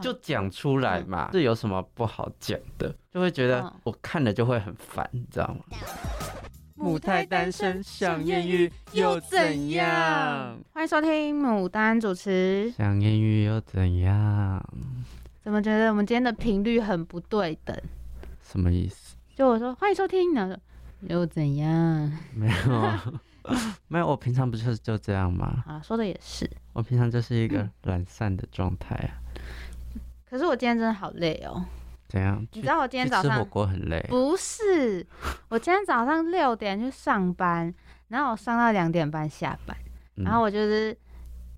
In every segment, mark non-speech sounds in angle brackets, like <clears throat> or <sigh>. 就讲出来嘛，这有什么不好讲的？就会觉得嗯我看了就会很烦，你知道吗？母胎单身想艳遇又怎样？欢迎收听牡丹主持。想艳遇又怎样？怎么觉得我们今天的频率很不对等？什么意思？就我说欢迎收听，然后说又怎样？没有啊， <laughs> 没有。我平常不就是就这样吗？啊，说的也是。我平常就是一个懒散的状态啊。可是我今天真的好累哦。怎样？你去知道我今天去早吃火上锅很累，不是，我今天早上六点去上班，然后我上到两点半下班，嗯然后我就是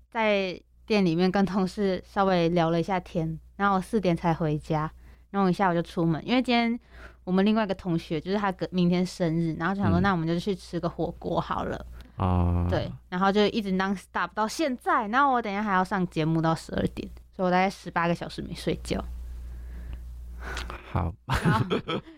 在店里面跟同事稍微聊了一下天，然后我四点才回家，弄一下我就出门，因为今天我们另外一个同学就是他隔明天生日，然后就想说嗯那我们就去吃个火锅好了，哦，对，，然后就一直 non stop 到现在，然后我等一下还要上节目到十二点，所以我大概十八个小时没睡觉。好，好，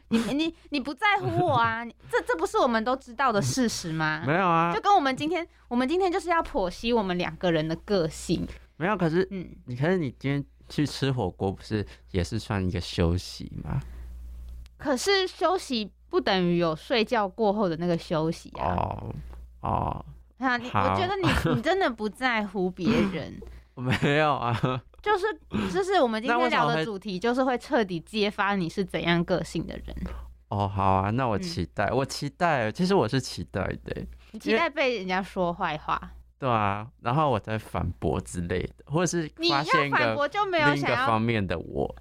你你你不在乎我啊？你这这不是我们都知道的事实吗？没有啊就，跟我们今天，我们今天就是要剖析我们两个人的个性。没有。可是嗯，你，可是你今天去吃火锅，不是也是算一个休息吗？可是休息不等于有睡觉过后的那个休息啊。哦 <laughs> 哦，啊，你好我觉得 <laughs> 你你真的不在乎别人，没有啊，就是就是我们今那为天什么聊的会主题，就是会彻底揭发你是怎样个性的人。哦，好啊，那我嗯期待，我期待，其实我是期待的，你期待被人家说坏话，对啊，然后我再反驳之类的，或者是你发要现一反个驳就没有另一想个要方。面的我。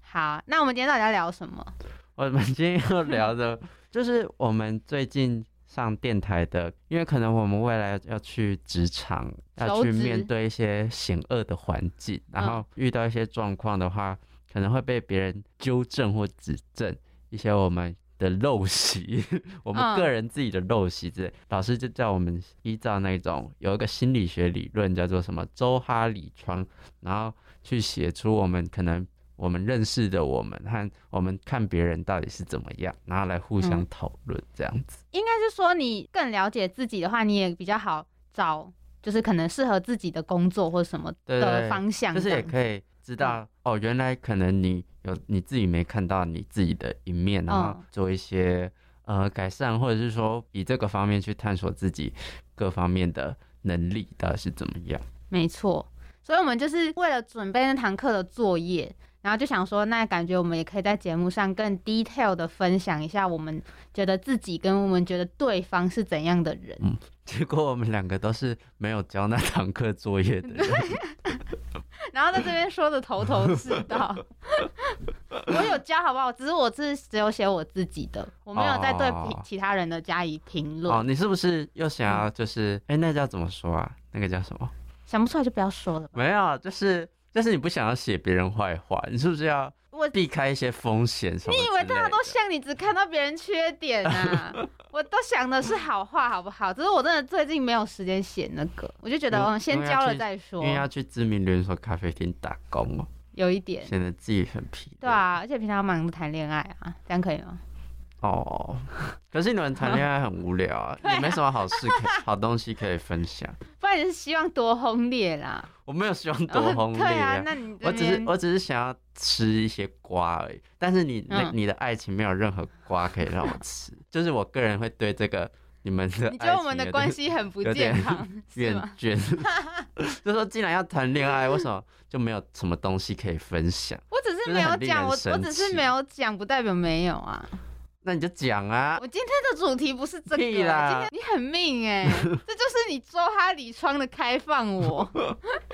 好，那我们今天到底要聊什么？我们今天要聊的就是我们最近上电台的，因为可能我们未来要去职场，要求去职面对一些险恶的环境，然嗯后遇到一些状况的话，可能会被别人纠正或指正一些我们。的陋习， <laughs> 我们嗯个人自己的陋习之类，老师就叫我们依照那种有一个心理学理论叫做什么周哈里窗，然后去写出我们可能我们认识的我们和我们看别人到底是怎么样，然后来互相嗯讨论这样子。应该是说你更了解自己的话，你也比较好找，就是可能适合自己的工作或什么对对对的方向就这是样。嗯也可以知道、哦，原来可能你有你自己没看到你自己的一面，然后嗯做一些、呃改善，或者是说以这个方面去探索自己各方面的能力到底是怎么样。 <laughs> 没错，所以我们就是为了准备那堂课的作业，然后就想说，那感觉我们也可以在节目上更 detail 的分享一下，我们觉得自己跟我们觉得对方是怎样的人。结果我们两个都是没有交那堂课作业的 <laughs> 人，然后在这边说的头头是道。 <laughs> 我有教好不好？只是我是只有写我自己的，我没有在对哦其其他人的加以评论。哦，你是不是又想要就是哎、那叫怎么说啊？那个叫什么？想不出来就不要说了吧。没有，就是就是你不想要写别人坏话，你是不是要我避开一些风险什么之你类以的？为大家都像你，只看到别人缺点啊？ <laughs> 我都想的是好话，好不好？只是我真的最近没有时间写那个，我就觉得因为嗯，先交了再因说，为要去知名连锁咖啡厅打工哦，有一点。显得自己很疲惫。对啊，而且平常忙着谈恋爱啊，这样可以吗？哦，可是你们谈恋爱很无聊啊， <laughs> 对啊也没什么好事可好东西可以分享。不然你是希望多轰 <laughs> 烈啦，我没有希望多轰烈、对啊，那你我这只是边我只是想要吃一些瓜而已，但是你那、嗯你的爱情没有任何瓜可以让我吃，就是我个人会对这个你们的你觉爱得情我们的有关点系很不有健点康是厌吗？倦， <laughs> 就说既然要谈恋爱，为什么就没有什么东西可以分享？我只是真的没有很令讲，人我我生只是气没有讲，不代表没有啊。那你就讲啊，我今天的主题不是这个，今屁天啦你很命哎、这就是你周哈里窗的开放我。 <laughs>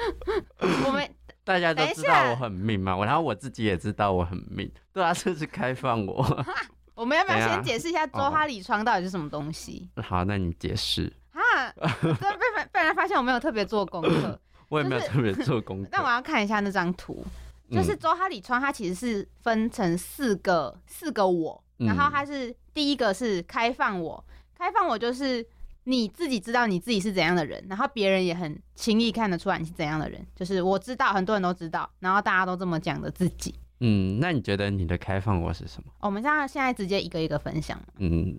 我们大家都等一知下道我很命嘛，我然后我自己也知道我很命，对啊，就是开放我。 <laughs> 我们要不要等一下先解释一下周哈里窗到底是什么东西？好，那你解释，啊，我真的被发被人发现我没有特别做功课，我也没有就是特别做功课。但我要看一下那张图。嗯就是 <laughs> 周哈里窗，它其实是分成四个四个我，嗯然后它是第一个是开放我，开放我就是你自己知道你自己是怎样的人，然后别人也很轻易看得出来你是怎样的人，就是我知道很多人都知道，然后大家都这么讲的自己。嗯，嗯，那你觉得你的开放我是什么？哦我们现在现在直接一个一个分享，嗯，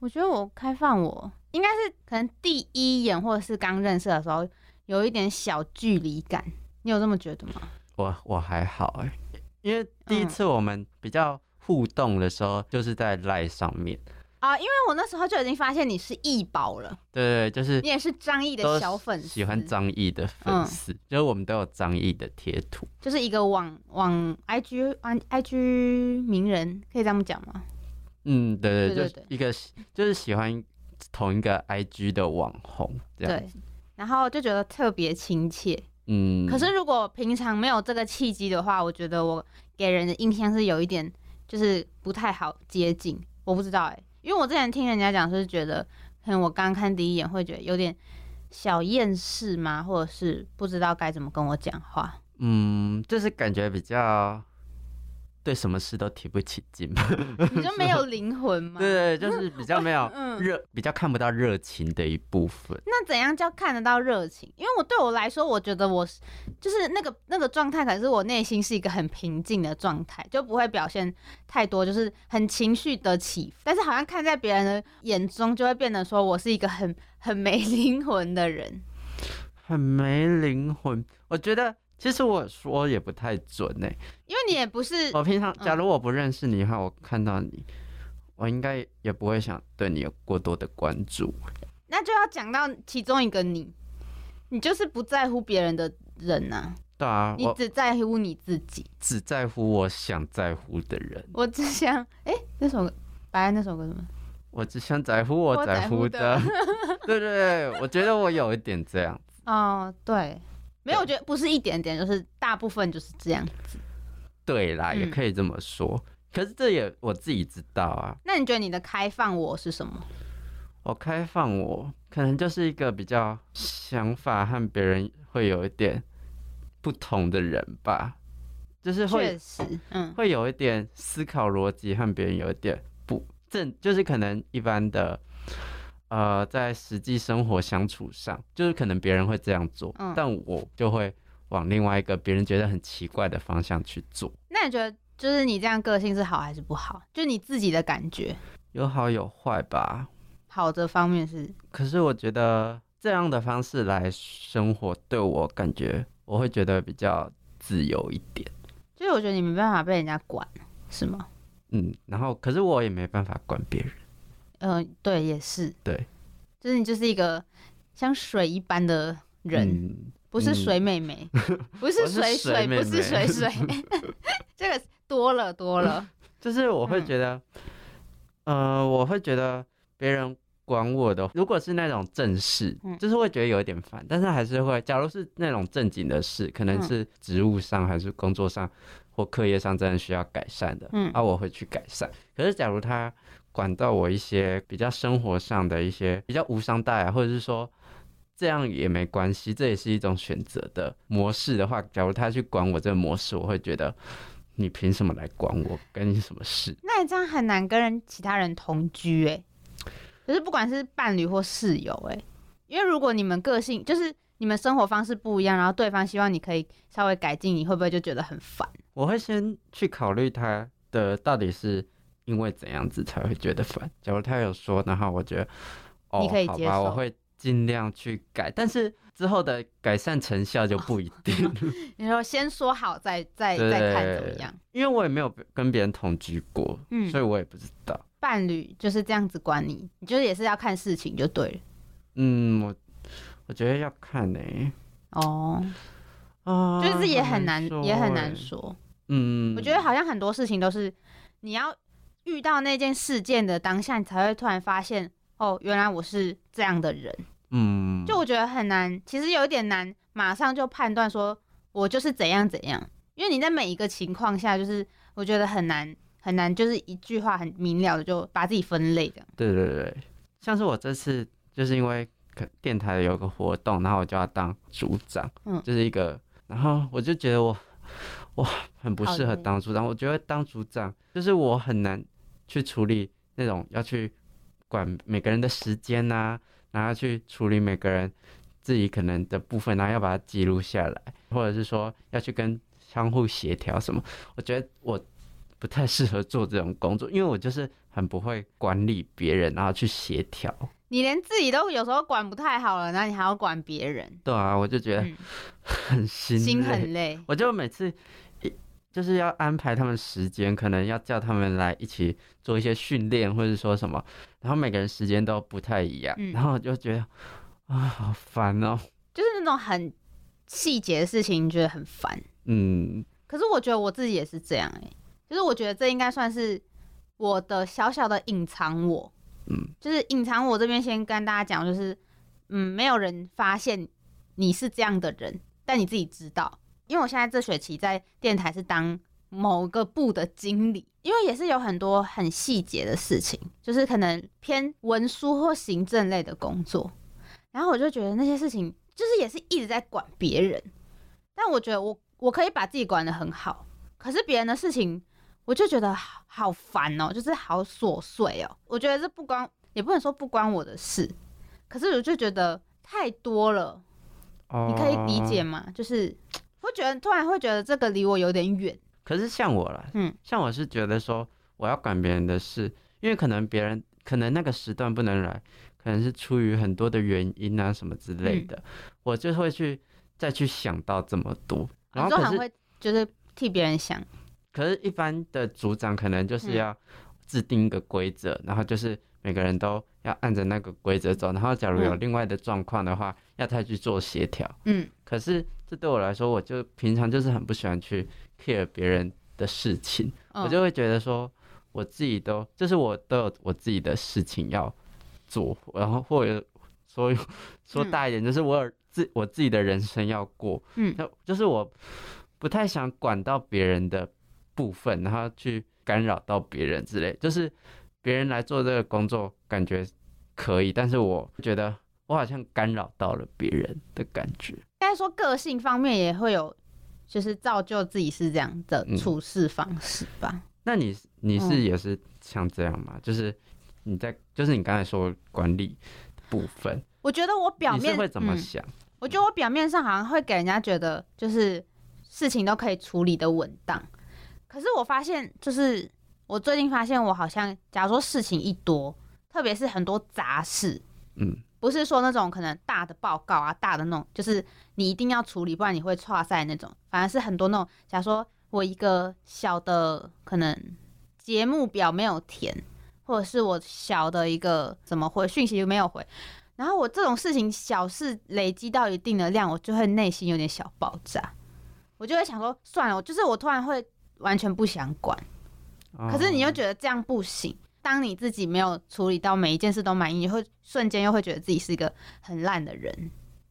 我觉得我开放我应该是可能第一眼或者是刚认识的时候有一点小距离感，你有这么觉得吗？我我还好哎、因为第一嗯次我们比较互动的时候，就是在赖上面，啊，因为我那时候就已经发现你是易宝了，对对，就是你也是张译都的小粉丝，嗯喜欢，张译的粉丝，就是我们都有张译的贴图，就是一个网网 IG 网 IG 名人，可以这么讲吗？嗯，对对对就是一个喜就是喜欢同一个 IG 的网红这样，对，然后就觉得特别亲切。嗯，可是如果平常没有这个契机的话，我觉得我给人的印象是有一点就是不太好接近，我不知道哎、因为我之前听人家讲是觉得，可能我刚看第一眼会觉得有点小厌世吗，或者是不知道该怎么跟我讲话。嗯，就是感觉比较对什么事都提不起劲吧，你就没有灵魂吗？ <laughs> 对，就是比较没有 <laughs> 嗯热，比较看不到热情的一部分。那怎样叫看得到热情？因为我对我来说，我觉得我是就是那个那个状态，可能是我内心是一个很平静的状态，就不会表现太多，就是很情绪的起伏。但是好像看在别人的眼中，就会变得说我是一个很很没 <laughs> 灵魂的人。很没灵魂。我觉得其实我说也不太准欸呢、因为你也不是我平常嗯假如我不认识你的话，我看到你，我应该也不会想对你有过多的关注。那就要讲到其中一个你，你就是不在乎别人的人呐、对啊，你我只在乎你自己。只在乎我想在乎的人，我只想，哎、那首歌白安那首歌什么？我只想在乎我我在在乎乎的 <laughs> 的。对对对，我觉得我有一点这样。哦，对，没对有，我觉得不是一点点，就是大部分就是这样。对啦，也嗯可以这么说。可是这也我自己知道啊，那你觉得你的开放我是什么？我开放我可能就是一个比较想法和别人会有一点不同的人吧，就是会确实，嗯，会有一点思考逻辑和别人有一点不正，就是可能一般的。呃，在实际生活相处上，就是可能别人会这样做，嗯但我就会往另外一个别人觉得很奇怪的方向去做，那你觉得就是你这样个性是好还是不好？就你自己的感觉，有好有坏吧。好的方面是，可是我觉得这样的方式来生活，对我感觉我会觉得比较自由一点。就是我觉得你没办法被人家管，是吗？嗯，然后可是我也没办法管别人。嗯、对，也是，对，就是你就是一个像水一般的人，嗯、不是水 <laughs> 妹妹，不我是是水水水，妹不是妹水水， <laughs> <laughs> 这个多了多了，就是我会嗯觉得，呃，我会觉得别人管我的，如果是那种正事，嗯就是会觉得有一点烦，但是还是会。假如是那种正经的事，可能嗯是职务上还是工作上或课业上真的需要改善的，嗯啊，我会去改善。可是假如他管到我一些比较生活上的一些比较无伤大雅，或者是说。这样也没关系，这也是一种选择的模式的话，假如他去管我这个模式，我会觉得你凭什么来管我，跟你什么事？那你这样很难跟人其他人同居哎、就是不管是伴侣或室友哎、因为如果你们个性就是你们生活方式不一样，然后对方希望你可以稍微改进，你会不会就觉得很烦？我会先去考虑他的到底是因为怎样子才会觉得烦。假如他有说，然后我觉得，哦，你可以好接吧，受我会尽量去改，但是之后的改善成效就不一 <laughs> 定，你说先说好再再对再看怎么样？因为我也没有跟别人同居过，嗯所以我也不知道。伴侣就是这样子管你，你就是也是要看事情就对了嗯，我我觉得要看呢、哦，啊，就是也很难说也很欸难。说。嗯，我觉得好像很多事情都是你要遇到那件事件的当下，你才会突然发现哦，原来我是这样的人。嗯，就我觉得很难，其实有一点难，马上就判断说我就是怎样怎样，因为你在每一个情况下，就是我觉得很难很难，就是一句话很明了的就把自己分类这样。对对对，像是我这次就是因为可电台有个活动，然后我就要当组长，嗯就是一个，然后我就觉得我哇很不适好合累当组长，我觉得当组长就是我很难去处理那种要去管每个人的时间呐、然后去处理每个人自己可能的部分，然后要把它记录下来，或者是说要去跟相互协调什么，我觉得我不太适合做这种工作，因为我就是很不会管理别人，然后去协调。你连自己都有时候管不太好了，然后你还要管别人，对啊，我就觉得嗯，很心累，心很累。我就每次一就是要安排他们时间，可能要叫他们来一起做一些训练，或者说什么，然后每个人时间都不太一样，嗯然后我就觉得啊，好烦哦、就是那种很细节的事情，你觉得很烦。嗯，可是我觉得我自己也是这样哎、欸，就是我觉得这应该算是我的小小的隐藏我，嗯，就是隐藏我这边先跟大家讲，就是嗯，没有人发现你是这样的人，但你自己知道，因为我现在这学期在电台是当某个部的经理，因为也是有很多很细节的事情，就是可能偏文书或行政类的工作，然后我就觉得那些事情就是也是一直在管别人。但我觉得我我可以把自己管得很好，可是别人的事情我就觉得好好烦哦、就是好琐碎哦、我觉得这不关，也不能说不关我的事，可是我就觉得太多了，哦你可以理解。吗？就是会觉得突然会觉得这个离我有点远，可是像我啦，嗯，像我是觉得说我要管别人的事，因为可能别人可能那个时段不能来，可能是出于很多的原因啊什么之类嗯哦的，我就会去再去想到这么多，然后你就可很是会就是替别人想，可是，一般的组长可能就是嗯要制定一个规则，然后就是每个人都要按着那个规则走。然后，假如有嗯另外的状况的话，要再去做协调。嗯，可是，这对我来说，我就平常就是很不喜欢去 care 别人的事情，嗯我就会觉得说，我自己都就是我都有我自己的事情要做，然后或者说 <laughs> 说嗯大一点，就是我有自我自己的人生要过，嗯那就是我不太想管到别人的部分，然后去干扰到别人之类。就是别人来做这个工作，感觉可以，但是我觉得我好像干扰到了别人的感觉。应该说个性方面也会有，就是造就自己是这样的嗯处事方式吧。那你你是嗯也是像这样吗？就是你在，就是你刚才说管理部分，我觉得我表你是面会怎么嗯想？我觉得我表面上好像会给人家觉得就是事情都可以处理的稳当，可是我发现就是我最近发现我好像，假如说事情一多，特别是很多杂事，嗯，不是说那种可能大的报告啊、大的那种，就是你一定要处理，不然你会岔赛那种，反而是很多那种，假如说我一个小的可能节目表没有填，或者是我小的一个怎么回讯息没有回，然后我这种事情小事累积到一定的量，我就会内心有点小爆炸，我就会想说算了，我就是我突然会完全不想管，可是你又哦觉得这样不行。当你自己没有处理到每一件事都满意，你会瞬间又会觉得自己是一个很烂的人，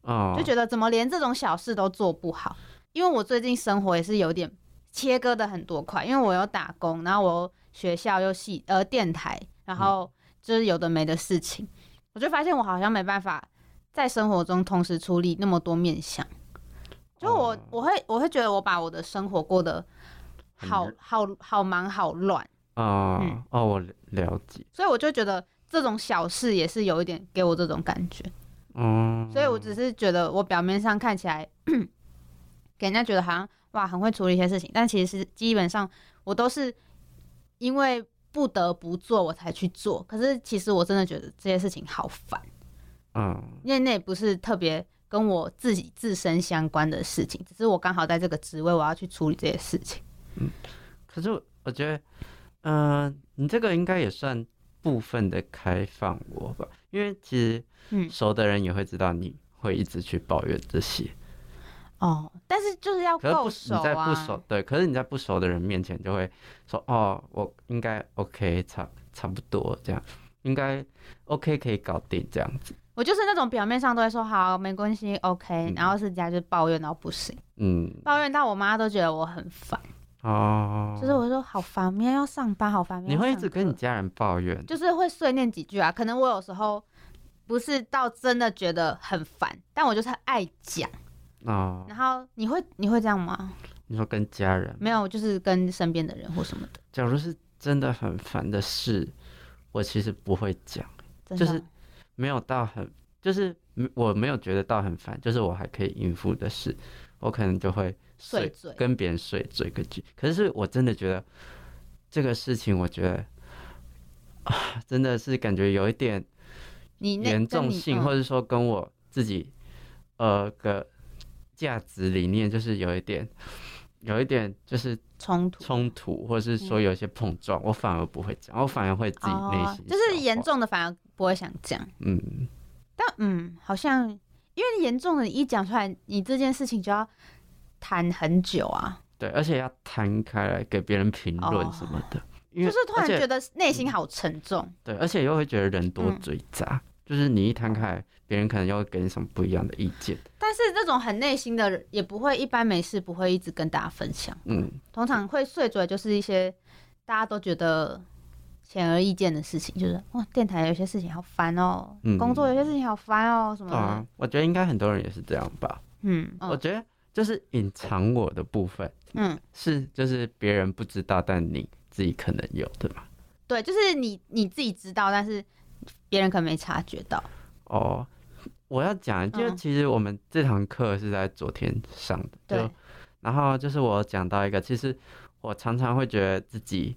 哦，就觉得怎么连这种小事都做不好。因为我最近生活也是有点切割的很多块，因为我有打工，然后我有学校又系呃电台，然后就是有的没的事情，我就发现我好像没办法在生活中同时处理那么多面向。就我哦我会我会觉得我把我的生活过得很好好好忙好乱。哦、嗯哦，我了了解，所以我就觉得这种小事也是有一点给我这种感觉，嗯，所以我只是觉得我表面上看起来 <clears throat> 给人家觉得好像哇很会处理一些事情，但其实基本上我都是因为不得不做我才去做，可是其实我真的觉得这些事情好烦，嗯因为那也不是特别。跟我自己自身相关的事情，只是我刚好在这个职位，我要去处理这些事情。可是我我觉得，嗯、你这个应该也算部分的开放我吧，因为其实嗯熟的人也会知道你会一直去抱怨这些，哦，但是就是要可是不够是熟你在啊，不熟对，可是你在不熟的人面前就会说哦，我应该 OK 差差不多这样，应该 OK 可以搞定这样子，我就是那种表面上都会说好，没关系，OK，嗯然后私底下就抱怨到不行，嗯抱怨到我妈都觉得我很烦，哦，就是我说好烦，明天要上班，好烦。你明天要会一上直跟你课家人抱怨，就是会碎念几句啊，可能我有时候不是到真的觉得很烦，但我就是很爱讲。哦，然后你会你会这样吗？你说跟家人没有，我就是跟身边的人或什么的，假如是真的很烦的事，我其实不会讲，真的就是没有到很，就是没我没有觉得到很烦，就是我还可以应付的事，我可能就会碎嘴跟别人碎嘴个句。可是我真的觉得这个事情，我觉得啊，真的是感觉有一点你那严跟重你性，嗯或者说跟我自己呃个价值理念，就是有一点，有一点就是冲突冲突，或是嗯说有一些碰撞，我反而不会讲，我反而会自己内哦心、就是严，重的反而不会想讲，嗯，但嗯，好像因为严重的你一讲出来，你这件事情就要谈很久啊，对，而且要摊开来给别人评论哦什么的，因就为是突然而且嗯觉得内心好沉重，对，而且又会觉得人多嗯嘴杂，就是你一摊开来，别人可能又会给你什么不一样的意见，但是这种很内心的人也不会一般没事不会一直跟大家分享，嗯，通常会碎嘴就是一些大家都觉得。显而易见的事情就是，哇，电台有些事情好烦哦、嗯工作有些事情好烦哦、什么对的，啊，我觉得应该很多人也是这样吧，嗯，我哦觉得就是隐藏我的部分。嗯，是就是别人不知道，但你自己可能有对吧？对，就是你你自己知道，但是别人可能没察觉到，哦，我要讲，就嗯其实我们这堂课是在昨天上的，对就，然后就是我讲到一个，其实我常常会觉得自己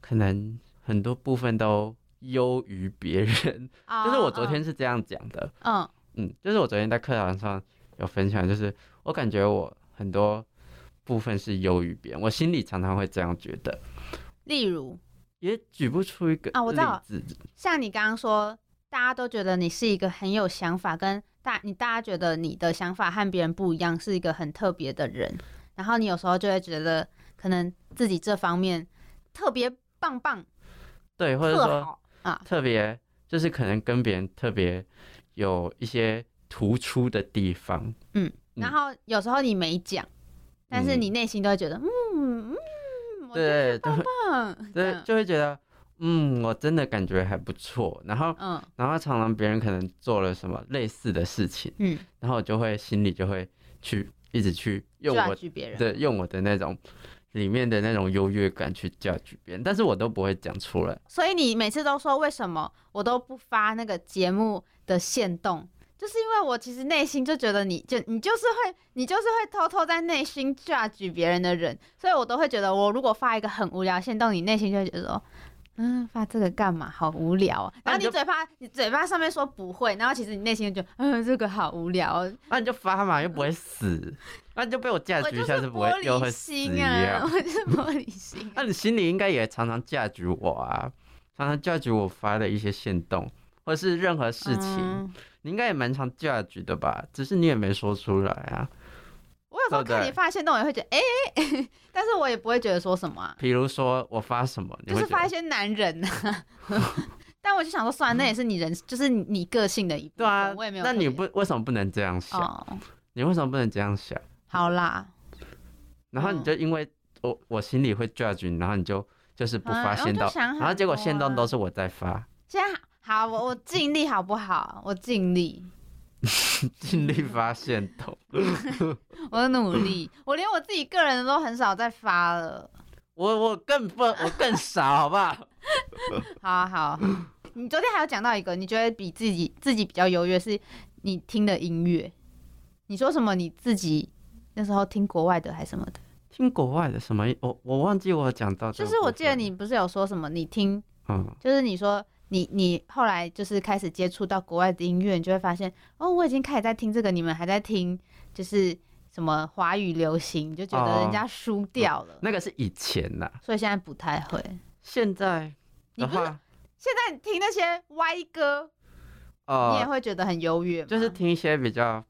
可能很多部分都优于别人， <laughs> 就是我啊昨天是这样讲的，嗯，嗯嗯，就是我昨天在课堂上有分享，就是我感觉我很多部分是优于别人，我心里常常会这样觉得，例如也举不出一个啊我知例道子，像你刚刚说，大家都觉得你是一个很有想法，跟大你大家觉得你的想法和别人不一样，是一个很特别的人，然后你有时候就会觉得可能自己这方面特别棒棒，对，或者特说好啊，特别就是可能跟别人特别有一些突出的地方，嗯然后有时候你没讲，但是你内心都会觉得，嗯嗯，我觉对，就会得棒，这对，样就会觉得，嗯，我真的感觉还不错。然后，嗯然后常常别人可能做了什么类似的事情，嗯，然后我就会心里就会去一直去用我 judge 别人，的用我的那种里面的那种优越感去教举别人，但是我都不会讲出来。所以你每次都说为什么我都不发那个节目的限动，就是因为我其实内心就觉得你就你就是会你就是会偷偷在内心 judge 别人的人，所以我都会觉得我如果发一个很无聊的限动，你内心就会觉得说。嗯，发这个干嘛？好无聊、哦。然那后你你就嘴巴，你嘴巴上面说不会，然后其实你内心就觉得，嗯，这个好无聊、哦。那、你就发嘛，又不会 <laughs> 死，那、你就被我嫁我举就一是下不会玻又会璃死一心啊，样。 <laughs> 我就是玻璃心、啊那、你心里应该也常常架举我啊，常常架举我发的一些限动，或者是任何事情，嗯你应该也蛮常架举的吧？只是你也没说出来啊。我有时候对不对看你发现动，我也会觉得，哎、但是我也不会觉得说什么啊，比如说我发什么，你就会是觉发一得些男人啊。 <laughs> 但我就想说，算了，那也是你人，就是你你个性的一部对分，啊我也没，有特那别。你不为什么不能这样想？哦，你为什么不能这样想？好啦，然后你嗯就因为我我心里会 judge 你，然后你就就是不发啊限动我就，想很然后结果多啊限动都是我在发， <laughs> 现在好，我我尽力好不好？我尽力，尽嗯力发限动。我努力，我连我自己个人的都很少再发了。 <laughs> 我我更不我更少，好不好？ <laughs> 好啊好啊好啊，你昨天还有讲到一个，你觉得比自己自己比较优越是你听的音乐，你说什么你自己那时候听国外的还是什么的？听国外的什么？我我忘记我有讲到这个就部分，是我记得你不是有说什么你听嗯。就是你说你你后来就是开始接触到国外的音乐，你就会发现哦，我已经开始在听这个，你们还在听就是什么华语流行，你就觉得人家输掉了，哦嗯那个是以前呐、所以现在不太会。现在你的不是话，现在你听那些歪歌，你也哦，会觉得很优越吗，就是听一些比较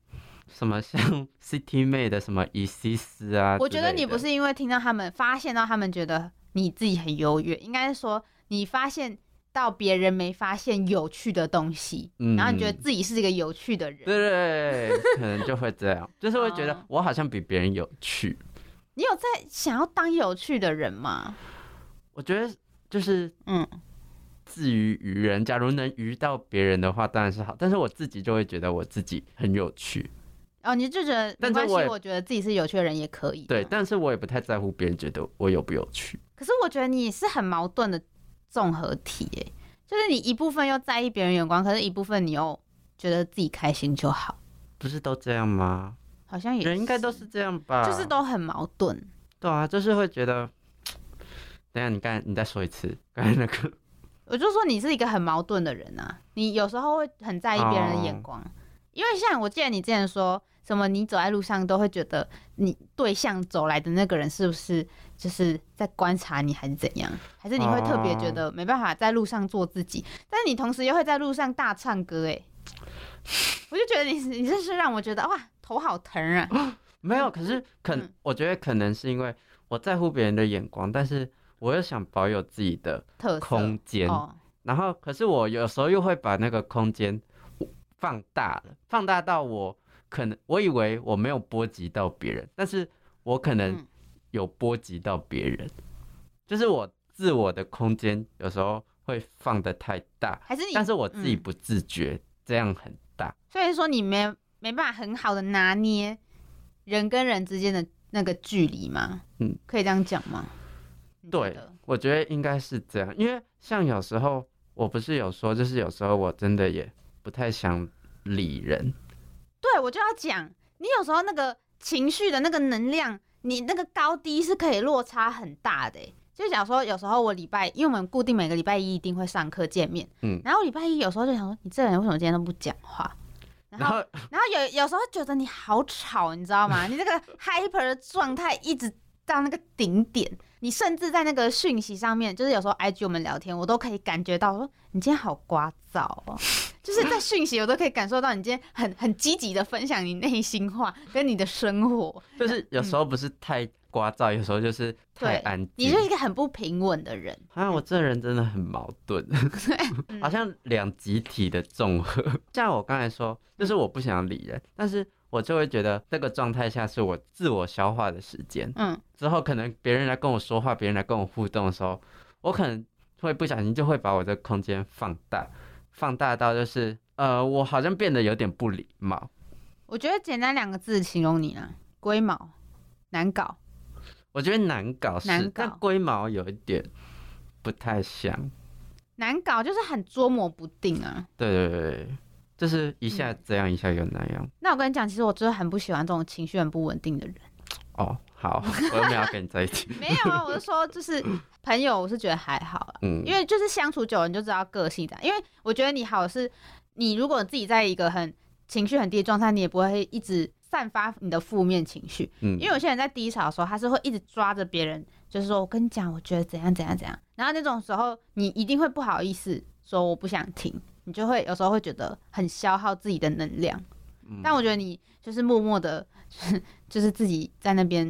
什么像 <laughs> City 妹的什么以西斯啊之类的，我觉得你不是因为听到他们发现到他们觉得你自己很优越，应该是说你发现到别人没发现有趣的东西，嗯，然后你觉得自己是一个有趣的人。对对对，可能就会这样，就是会觉得哦我好像比别人有趣。你有在想要当有趣的人吗？我觉得就是嗯，自娱于人，假如能娱到别人的话，当然是好，但是我自己就会觉得我自己很有趣，哦，你就觉得没但是关系我也，我觉得自己是有趣的人也可以。对，但是我也不太在乎别人觉得我有不有趣。可是我觉得你是很矛盾的综合体，哎，就是你一部分又在意别人眼光，可是一部分你又觉得自己开心就好，不是都这样吗？好像也人应该都是这样吧？就是都很矛盾。对啊，就是会觉得。等一下，你刚才你再说一次，刚才那个我就说你是一个很矛盾的人啊，你有时候会很在意别人的眼哦光，因为像我记得你之前说什么，你走在路上都会觉得你对象走来的那个人是不是就是在观察你，还是怎样？还是你会特别觉哦得没办法在路上做自己，但是你同时又会在路上大唱歌、 <laughs> 哎，我就觉得你你真是让我觉得哇头好疼啊！没有，可是可、嗯我觉得可能是因为我在乎别人的眼光，但是我又想保有自己的特色空间，哦，然后可是我有时候又会把那个空间放大了，放大到我可能我以为我没有波及到别人，但是我可能嗯有波及到别人，就是我自我的空间有时候会放得太大，还是你，但是我自己嗯不自觉，这样很大。所以说你没没办法很好的拿捏人跟人之间的那个距离嘛，嗯，可以这样讲吗？你觉对得，我觉得应该是这样，因为像有时候我不是有说，就是有时候我真的也不太想理人，对我就要讲，你有时候那个情绪的那个能量，你那个高低是可以落差很大的欸、就假如说，有时候我礼拜，因为我们固定每个礼拜一一定会上课见面，嗯然后礼拜一有时候就想说，你这个人为什么今天都不讲话？然然后后然后有有时候觉得你好吵，你知道吗？你这个 hyper 的状态一直到那个顶点，你甚至在那个讯息上面，就是有时候 IG 我们聊天，我都可以感觉到说你今天好聒噪哦，就是在讯息我都可以感受到你今天很很积极的分享你内心话跟你的生活， <laughs> 就是有时候不是太聒噪，有时候就是太对安静。你就是一个很不平稳的人。啊，我这人真的很矛盾，嗯好像两极体的综合。 <laughs> 像我刚才说，就是我不想理人，但是我就会觉得这个状态下是我自我消化的时间。嗯，之后可能别人来跟我说话，别人来跟我互动的时候，我可能会不小心就会把我的空间放大，放大到就是呃，我好像变得有点不礼貌。我觉得简单两个字形容你啊，龟毛，难搞。我觉得难搞是，难但搞龟毛有一点不太像。难搞就是很捉摸不定啊，对对对对，就是一嗯下这样，一下又那样。那我跟你讲，其实我真的很不喜欢这种情绪很不稳定的人。哦， <laughs> 好，我又没有要跟你在一起。没有啊，我是说，就是 <laughs> 朋友，我是觉得还好啦，嗯 <laughs> 因，为就是相处久了你就知道个性的。因为我觉得你好是，你如果自己在一个很情绪很低的状态，你也不会一直散发你的负面情绪。嗯因为有些人在低潮的时候，他是会一直抓着别人，就是说我跟你讲，我觉得怎样怎样怎样。然后那种时候，你一定会不好意思说我不想听，你就会有时候会觉得很消耗自己的能量。嗯但我觉得你就是默默的，就是自己在那边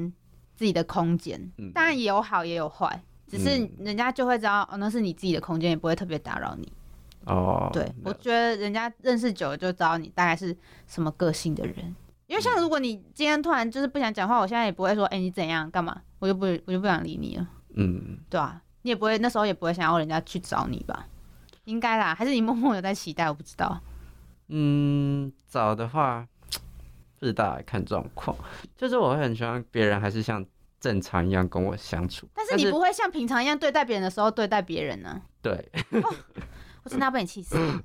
自己的空间，嗯当然也有好也有坏，只是嗯人家就会知道、哦，那是你自己的空间，也不会特别打扰你。哦，对，我觉得人家认识久了就知道你大概是什么个性的人。因嗯为像如果你今天突然就是不想讲话，我现在也不会说，哎、你怎样干嘛，我就不我就不想理你了，嗯，对啊，你也不会那时候也不会想要人家去找你吧？应该啦，还是你默默的在期待？我不知道。嗯，找的话，不知道欸看状况。就是我会很希望别人还是像正常一样跟我相处，但是你不会像平常一样对待别人的时候对待别人呢、对，我呃真的要被你气 <laughs> 死了，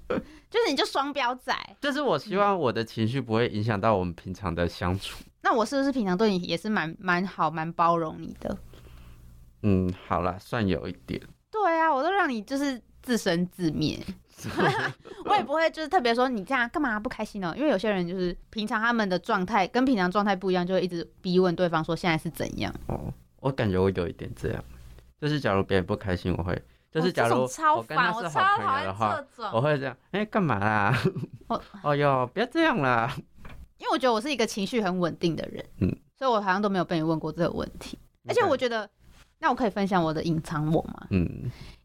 <laughs> 就是你就双标仔。就是我嗯希望我的情绪不会影响到我们平常的相处。那我是不是平常对你也是蛮蛮好、蛮包容你的？嗯，好啦，算有一点。 <laughs> 对啊，我都让你就是自生自灭，我也不会就是特别说你这样干嘛不开心呢？哦因为有些人就是平常他们的状态跟平常状态不一样，就会一直逼问对方说现在是怎样。哦，我感觉我有一点这样，就是假如别人不开心，我会，就哦是这假如种超我跟他烦，我是超好讨朋友的话厌，这我种，会这样，哎、干嘛啦哦？ <laughs> 哦哟，不要这样啦。因为我觉得我是一个情绪很稳定的人，嗯所以我好像都没有被你问过这个问题。 <laughs> 而且我觉得，那我可以分享我的隐藏我吗？嗯，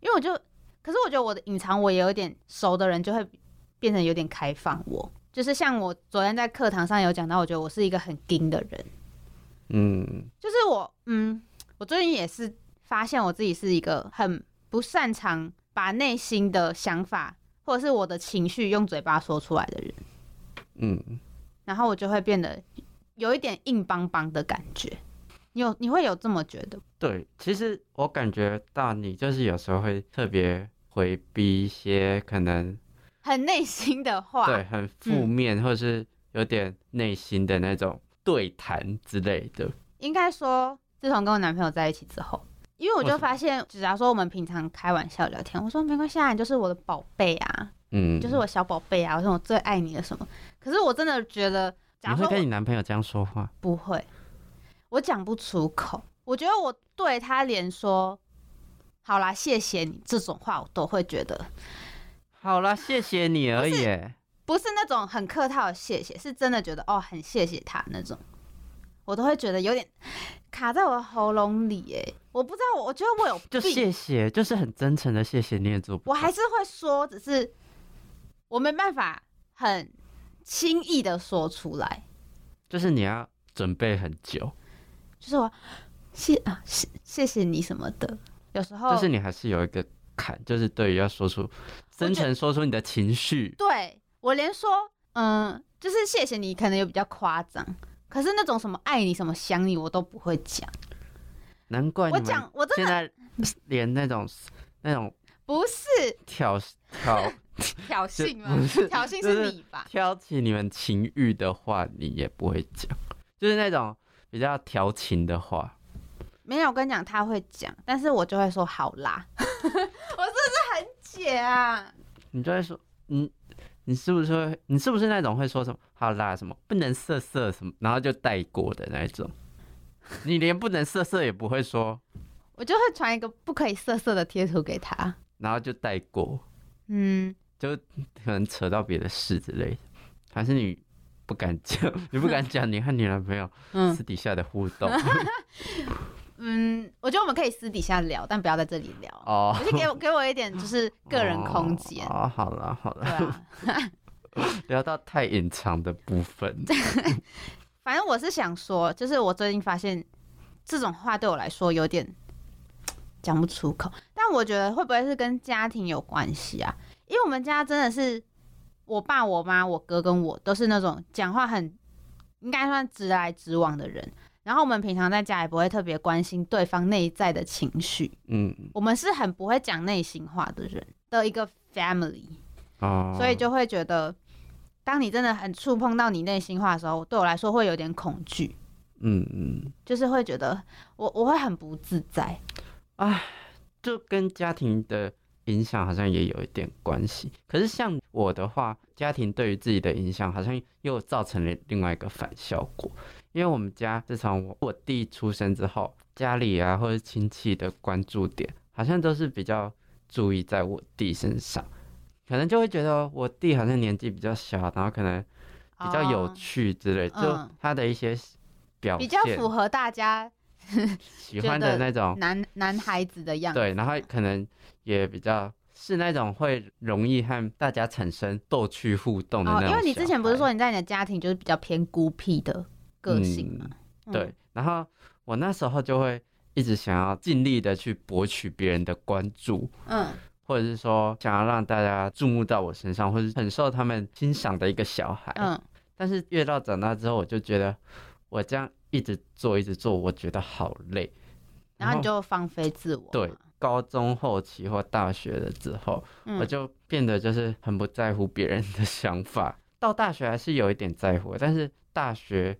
因为我就，可是我觉得我的隐藏我也有点熟的人就会变成有点开放我，就是像我昨天在课堂上有讲到，我觉得我是一个很硬的人，嗯就是我，嗯，我最近也是发现我自己是一个很不擅长把内心的想法或者是我的情绪用嘴巴说出来的人，嗯，然后我就会变得有一点硬邦邦的感觉。你有你会有这么觉得？对，其实我感觉到你就是有时候会特别回避一些可能很内心的话，对很负嗯面、或是有点内心的那种对谈之类的。应该说，自从跟我男朋友在一起之后，因为我为什就么发现，只要说我们平常开玩笑聊天，我说没关系啊，你就是我的宝贝啊，嗯，就是我小宝贝啊，我说我最爱你的什么。可是我真的觉得，假你如会说跟我你男朋友这样说话？不会，我讲不出口。我觉得我对他连说“好啦，谢谢你”这种话，我都会觉得好啦，谢谢你而已耶。不是那种很客套的谢谢，是真的觉得哦，很谢谢他那种，我都会觉得有点卡在我的喉咙里耶。我不知道，我我觉得我有就病，谢谢，就是很真诚的谢谢，你也做不我到。还是会说，只是我没办法很轻易的说出来，就是你要准备很久，就是我谢啊谢谢谢你什么的，有时候就是你还是有一个坎，就是对于要说出真诚，说出你的情绪。对我连说嗯，就是谢谢你，可能有比较夸张。可是那种什么爱你什么想你，我都不会讲。难怪我你们讲，我真现的在连那种那种不是挑 <laughs> 挑挑衅吗不是？挑衅就是是你 <laughs> 吧？挑起你们情欲的话，你也不会讲，就是那种比较调情的话。没有，我跟你讲，他会讲，但是我就会说好啦。 <laughs> 我是不是很姐啊？你就会说，嗯，你是不是会，你是不是那种会说什么好啦，什么不能色色什么，然后就带过的那一种？你连不能色色也不会说， <laughs> 我就会传一个不可以色色的贴图给他。然后就带过，嗯，可能扯到别的事之类的，还是你不敢讲， <laughs> 你不敢讲你和你男朋友嗯私底下的互 <laughs> 动嗯，我觉得我们可以私底下聊，但不要在这里聊。哦你，是给我给我一点就是个人空间。哦，好了好对了，啊，聊到太隐藏的部分，反正我是想说，就是我最近发现这种话对我来说有点讲不出口，但我觉得会不会是跟家庭有关系啊？因为我们家真的是我爸、我妈、我哥跟我都是那种讲话很应该算直来直往的人，然后我们平常在家也不会特别关心对方内在的情绪，嗯，我们是很不会讲内心话的人的一个 family。哦，所以就会觉得，当你真的很触碰到你内心话的时候，对我来说会有点恐惧，嗯嗯，就是会觉得我我会很不自在。就跟家庭的影响好像也有一点关系。可是像我的话，家庭对于自己的影响好像又造成了另外一个反效果。因为我们家自从我我弟出生之后，家里啊或者亲戚的关注点好像都是比较注意在我弟身上，可能就会觉得我弟好像年纪比较小，然后可能比较有哦趣之类，嗯就他的一些表比现较符合大家喜欢的那种男男孩子的样子。对，然后可能也比较是那种会容易和大家产生逗趣互动的那哦，种、因为你之前不是说，你在你的家庭就是比较偏孤僻的个性嘛？嗯对，然后我那时候就会一直想要尽力的去博取别人的关注，嗯，或者是说想要让大家注目到我身上，或者是很受他们欣赏的一个小孩。嗯，但是越到长大之后，我就觉得我这样一直做一直做，我觉得好累。然后你就放飞自我。对，高中后期或大学了之后，我嗯，就变得就是很不在乎别人的想法。 <laughs> 到大学还是有一点在乎，但是大学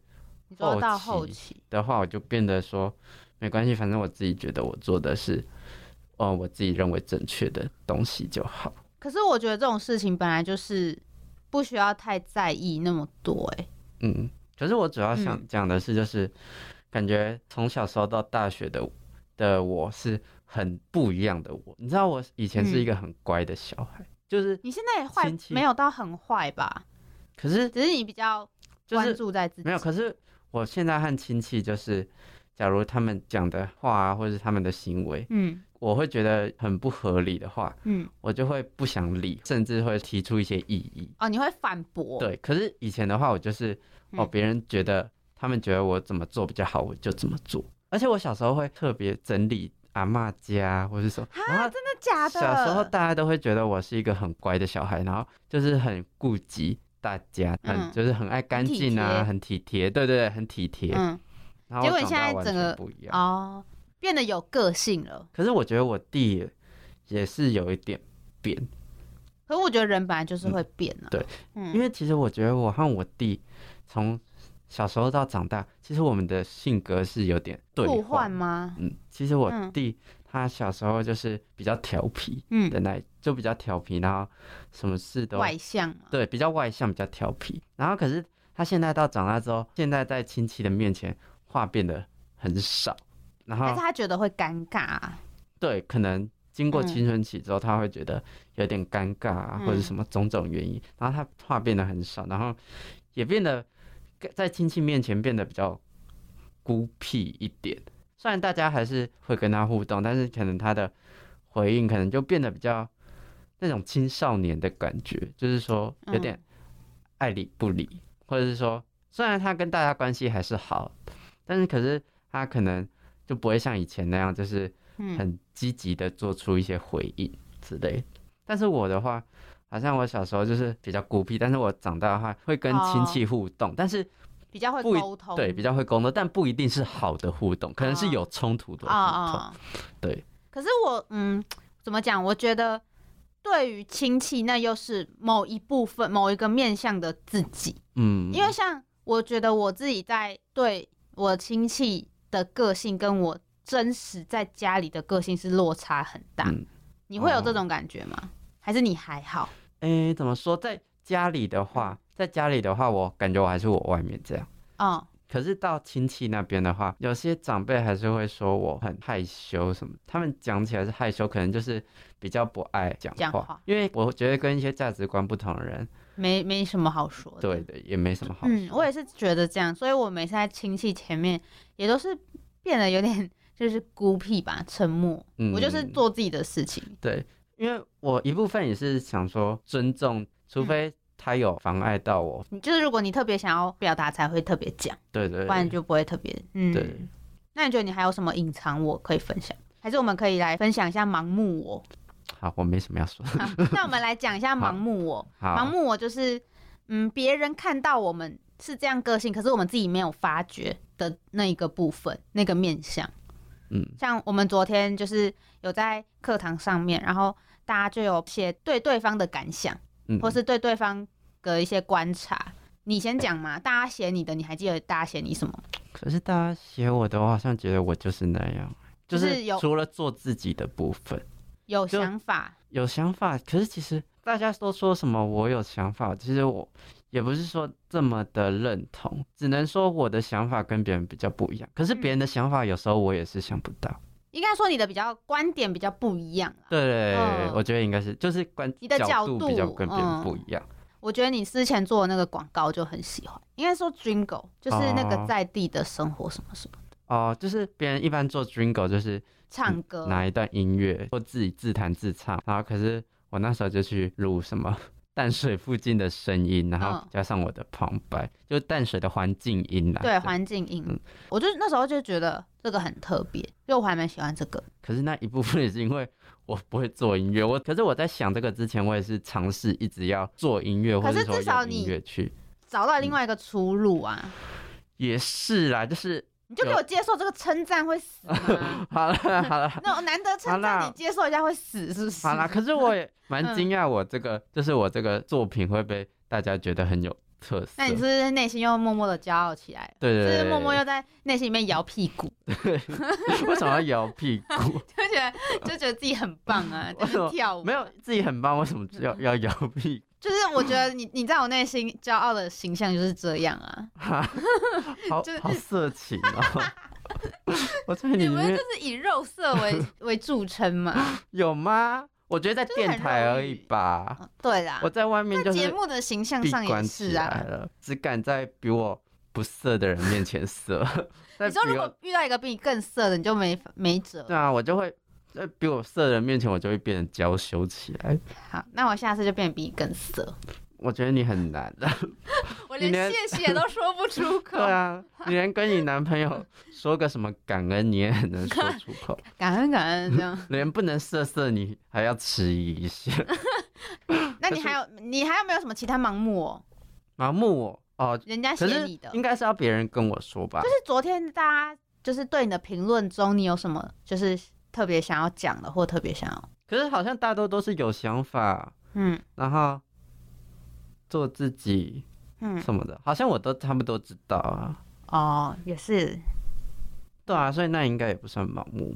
你说到后后期，的话，我就变得说没关系，反正我自己觉得我做的是，哦，我自己认为正确的东西就好。可是我觉得这种事情本来就是不需要太在意那么多、哎，嗯，可是我主要想嗯讲的是，就是、感觉从小时候到大学的的我是很不一样的我。你知道，我以前是一嗯个很乖的小孩，就是你现在也坏亲戚没有到很坏吧？可是只是你比较就关是注在自己。没有，可是我现在和亲戚就是，假如他们讲的话啊，或者是他们的行为，嗯我会觉得很不合理的话，嗯，我就会不想理，甚至会提出一些异议。哦，你会反驳。，对，可是以前的话，我就是哦，嗯别人觉得他们觉得我怎么做比较好，我就怎么做。而且我小时候会特别整理阿嬷家，或是说，然后真的假的？小时候大家都会觉得我是一个很乖的小孩，然后就是很顾及大家，很、嗯就是很爱干净啊，很体贴，对对对，很体贴。嗯然后结果我你长大现在完整全个不一样。哦，变得有个性了。可是我觉得我弟也也是有一点变，可是我觉得人本来就是会变的、嗯啊对，嗯，因为其实我觉得我和我弟从小时候到长大，其实我们的性格是有点对互换换。吗？嗯，其实我嗯弟、他小时候就是比较调皮嗯，的那一，就比较调皮，然后什么事都外向嘛，对，比较外向，比较调皮。然后可是他现在到长大之后，现在在亲戚的面前话变得很少，然但是后他觉得会尴尬啊、对，可能经过嗯青春期之后，他会觉得有点尴尬啊，或者什么种种原因，然后他话变得很少，然后也变得在亲戚面前变得比较孤僻一点。虽然大家还是会跟他互动，但是可能他的回应可能就变得比较那种青少年的感觉，就是说有点爱理不理，或者是说虽然他跟大家关系还是好，但是可是他可能就不会像以前那样，就是嗯，很积极的做出一些回应之类的。但是我的话，好像我小时候就是比较孤僻，但是我长大的话会跟亲戚互动，哦但是比较会不一沟通，对比较会沟通，但不一定是好的互动，可能是有冲突的互动。啊啊，对。可是我嗯，怎么讲？我觉得对于亲戚，那又是某一部分、某一个面向的自己，嗯，因为像我觉得我自己在对我亲戚的个性，跟我真实在家里的个性是落差很大。嗯你会有哦这种感觉吗？还是你还好？诶、怎么说，在家里的话，在家里的话，我感觉我还是我外面这样。哦，可是到亲戚那边的话，有些长辈还是会说我很害羞什么。他们讲起来是害羞，可能就是比较不爱讲讲话，话因为我觉得跟一些价值观不同的人，没没什么好说的。对的，也没什么好说。嗯，我也是觉得这样，所以我每次在亲戚前面也都是变得有点就是孤僻吧，沉默。嗯我就是做自己的事情。对，因为我一部分也是想说尊重，嗯除非他有妨碍到我。你就是如果你特别想要表达，才会特别讲，对对不对，然就不会特别。嗯，对。那你觉得你还有什么隐藏我可以分享？还是我们可以来分享一下盲目我？ <laughs> 好，我没什么要说。好那我们来讲一下盲目我。盲好，目我就是，嗯，别人看到我们是这样个性，可是我们自己没有发觉的那一个部分，那个面相。嗯，像我们昨天就是有在课堂上面，然后大家就有写对对方的感想，嗯，或是对对方的一些观察。你先讲嘛，大家写你的，你还记得大家写你什么？可是大家写我的话，好像觉得我就是那样，就就是是有除了做自己的部分。有就想法，有想法，可是其实大家都说什么我有想法，其实我也不是说这么的认同，只能说我的想法跟别人比较不一样。可嗯是别人的想法有时候我也是想不到。应该说你的比较观点比较不一样啦。对对对对嗯我觉得应该是就是观你的角度度比较跟别人嗯不一样。我觉得你之前做的那个广告就很喜欢，应该说 Jingle 就是那个哦在地的生活什么什么，哦、就是别人一般做 Jingle 就是唱歌，拿一段音乐或自己自弹自唱，然后可是我那时候就去录什么 <laughs> 淡水附近的声音，然后嗯加上我的旁白，就淡水的环境音啦。啊这对样环境音，嗯我就那时候就觉得这个很特别，因为我还蛮喜欢这个。可是那一部分也是因为我不会做音乐，我可是我在想这个之前，我也是尝试一直要做音乐，可或是者说至少用音你乐去，找嗯到另外一个出路啊！也是啦，就是？你就给我接受这个称赞会死吗 <laughs> 好了好了那种难得好称赞啦你接受一下会死 <laughs> 是不是？好了，可是我也嗯蛮惊讶，我这个、就是我这个作品会被大家觉得很有特色那你是。不是内心又默默的骄傲起来了？对就对对是对，默默又在内心里面摇屁股， <laughs> 对为什么要摇屁股？就觉得就觉得自己很棒 <laughs> 啊，就为什么是跳舞。没有，自己很棒，为什么要要摇屁股？就是我觉得你你在我内心骄傲的形象就是这样啊，好 <laughs> 就是好色情哦！我在 <laughs> 你里们面就是以肉色 <laughs> 为为著称嘛。有吗？我觉得在就是电很台肉而已欲吧。哦 <laughs> 对啦我，在外面啊那就节是目的形象闭上也关是起啊来。了，只敢在比我不色的人面前色。在 <laughs> 你说比如我果遇呃到一个比你更色的，你就没没辙对。啊，我就会在比我色的人面前，我就会变得娇羞起来。好，那我下次就变得比你更色。我觉得你很 <laughs> 难的。我你连谢谢都说不 <laughs> 出口对啊，你连跟你男朋友说个什么感恩，你也很难说出 <laughs> 口，感恩感恩这样。连不能色色，你还要迟疑一下。 <laughs> 那你还有你还有没有什么其他盲目哦？盲目我哦，人家可写是你的，就应是该是要别人跟我说吧？昨天大家就是对你的评论中，你有什么就是特别想要讲的，或特别想要可是好像大多都是有想法，嗯然后做自己，嗯，什么的，好像我都差不多知道啊。哦，也是，对啊，所以那应该也不算盲目。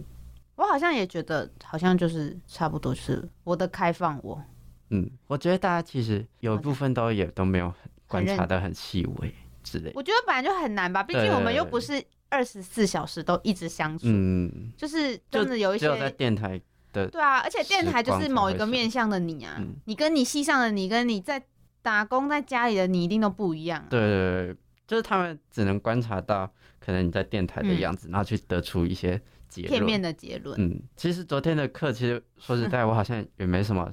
我好像也觉得，好像就是差不多是我的开放我，嗯，我觉得大家其实有一部分都也都没有很观认察的很细微之类的。我觉得本来就很难吧，毕对竟我们对又对不是二十四小时都一直相处，嗯，就是真的有一只有在些。电台的，对啊，而且电台就是某一时光才个会面向的你啊熟嗯，你跟你戏上的你，跟你在打工在家里的你一定都不一样啊。对对对，就是他们只能观察到可能你在电台的样子，然后去得出一些结论。嗯片面的结论，嗯，其实昨天的课，其实说实 <laughs> 在，我好像也没什么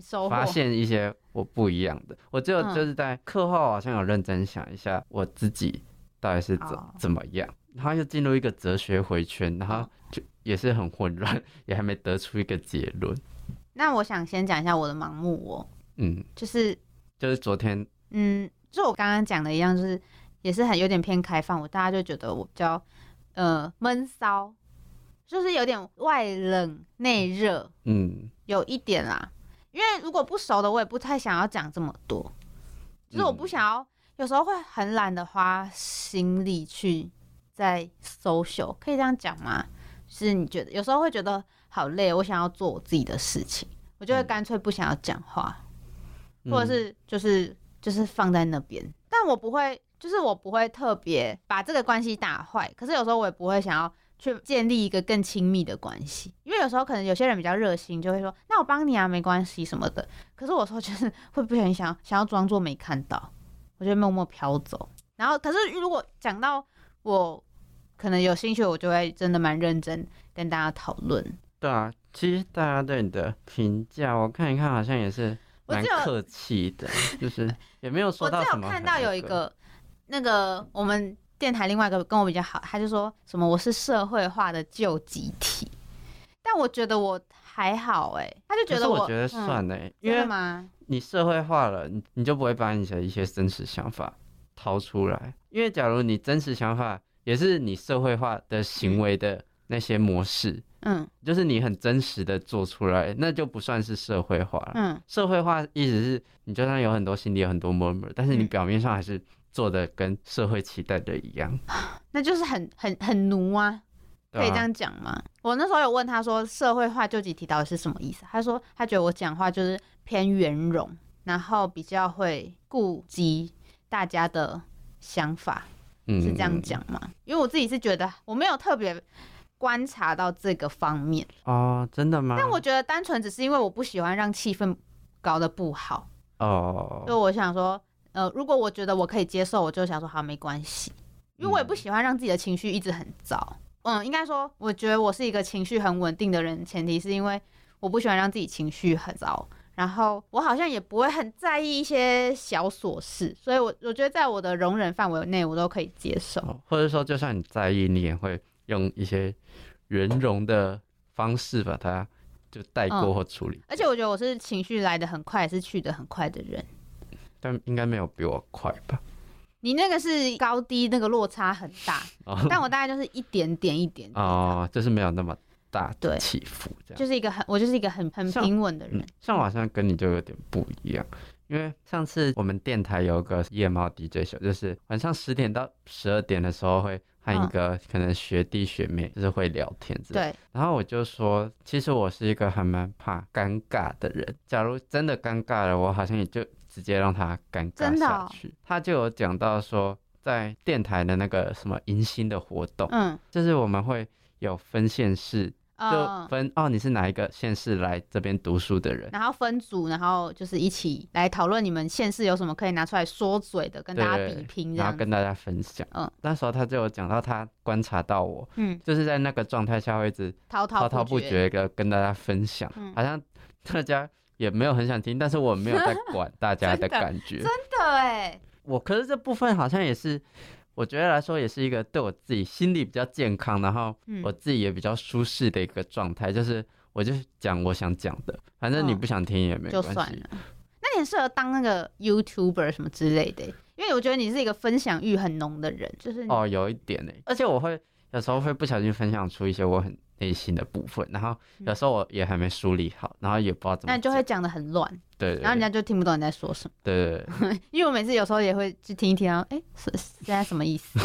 收获嗯发现一些我不一样的。我只有嗯就是在课后好像有认真想一下我自己到底是怎哦怎么样，然后又进入一个哲学回圈，然后哦就也是很混乱， <laughs> 也还没得出一个结论。那我想先讲一下我的盲目我，嗯，就是就是昨天，嗯，就我刚刚讲的一样，就是也是很有点偏开放，我大家就觉得我比较呃闷骚，就是有点外冷内热，嗯，有一点啦。因为如果不熟的，我也不太想要讲这么多，就是我不嗯想要，有时候会很懒得花心力去在 social，可以这样讲吗？就是你觉得有时候会觉得好累，我想要做我自己的事情，我就会嗯干脆不想要讲话，嗯或者是就是就是放在那边，但我不会，就是我不会特别把这个关系打坏，可是有时候我也不会想要去建立一个更亲密的关系，因为有时候可能有些人比较热心，就会说那我帮你啊，没关系什么的，可是我说就是 <laughs> 会不小心想想要装作没看到，我就默默飘走，然后可是如果讲到我。可能有兴趣，我就会真的蛮认真跟大家讨论。对啊，其实大家对你的评价，我看一看，好像也是我蛮只有客气的， <laughs> 就是也没有说我只到什有么看很到那有一个那个我们电台另外一个跟我比较好，他就说什么我是社会化的旧集体，但我觉得我还好哎、他就可觉是得我我觉得嗯、算了、欸因真的为吗？你社会化了，你你就不会把你的一些真实想法掏出来。因为假如你真实想法也是你社会化的行为的那些模式，嗯就是你很真实的做出来，那就不算是社会化了。嗯社会化意思是你就算有很多心里有很多 murmur，但是你嗯表面上还是做的跟社会期待的一样，那就是很很很奴啊，对可以啊这样讲吗？我那时候有问他说社会化旧集体到底是什么意思，他说他觉得我讲话就是偏圆融，然后比较会顾及大家的想法。嗯是这样讲吗？因为我自己是觉得我没有特别观察到这个方面，哦，真的吗？但我觉得单纯只是因为我不喜欢让气氛搞得不好，所以哦，我想说，呃，如果我觉得我可以接受，我就想说好没关系，因为嗯我也不喜欢让自己的情绪一直很糟。嗯，应该说，我觉得我是一个情绪很稳定的人，前提是因为我不喜欢让自己情绪很糟。然后我好像也不会很在意一些小琐事，所以我我觉得在我的容忍范围内，我都可以接受。哦或者说就算你在意，你也会用一些圆融的方式把它就带过嗯或处理。而且我觉得我是情绪来的很快，也是去的很快的人。但应该没有比我快吧？你那个是高低那个落差很 <laughs> 大， <laughs> 哦但我大概就是一点点一点点，哦，就是没有那么大的对起伏这样。就是一个很我就是一个很很像平稳的人嗯。，像我好像跟你就有点不一样，因为上次我们电台有个夜嗯猫 DJ 秀，就是晚上十点到十二点的时候会和一嗯个可能学弟学妹就是会聊天之类的对，然后我就说，其实我是一个还蛮怕尴尬的人。假如真的尴尬了，我好像也就直接让他尴尬真的下哦去。他就有讲到说，在电台的那个什么迎新的活动，嗯，就是我们会有分县市，就呃，分哦你是哪一个县市来这边读书的人，然后分组，然后就是一起来讨论你们现世有什么可以拿出来说嘴的，跟大家对比拼这然后样子。跟大家分享。嗯，那时候他就有讲到，他观察到我嗯，就是在那个状态下会一直滔滔滔滔不绝。绝的跟大家分享，嗯好像大家也没有很想听，但是我没 <laughs> 有在管大家的真的感觉。真的哎，我可是这部分好像也是，我觉得来说也是一个对我自己心理比较健康，然后嗯我自己也比较舒适的一个状态，就是我就讲我想讲的，反正你嗯不想听也没就关算系。了。那你很适合当那个 YouTuber 什么哦之类的欸，因为我觉得你是一个分享欲很浓的人，就是你哦，有一点呢、而且我会。有时候会不小心分享出一些我很内心的部分，然后有时候我也还没梳理好，然后也不知道怎么嗯讲，那你就会讲的很乱，对，对然后人家就听不懂你在说什么。对对对，因为我每次有时候也会去听一听，然后哎，是是现在什么 <laughs> 意思？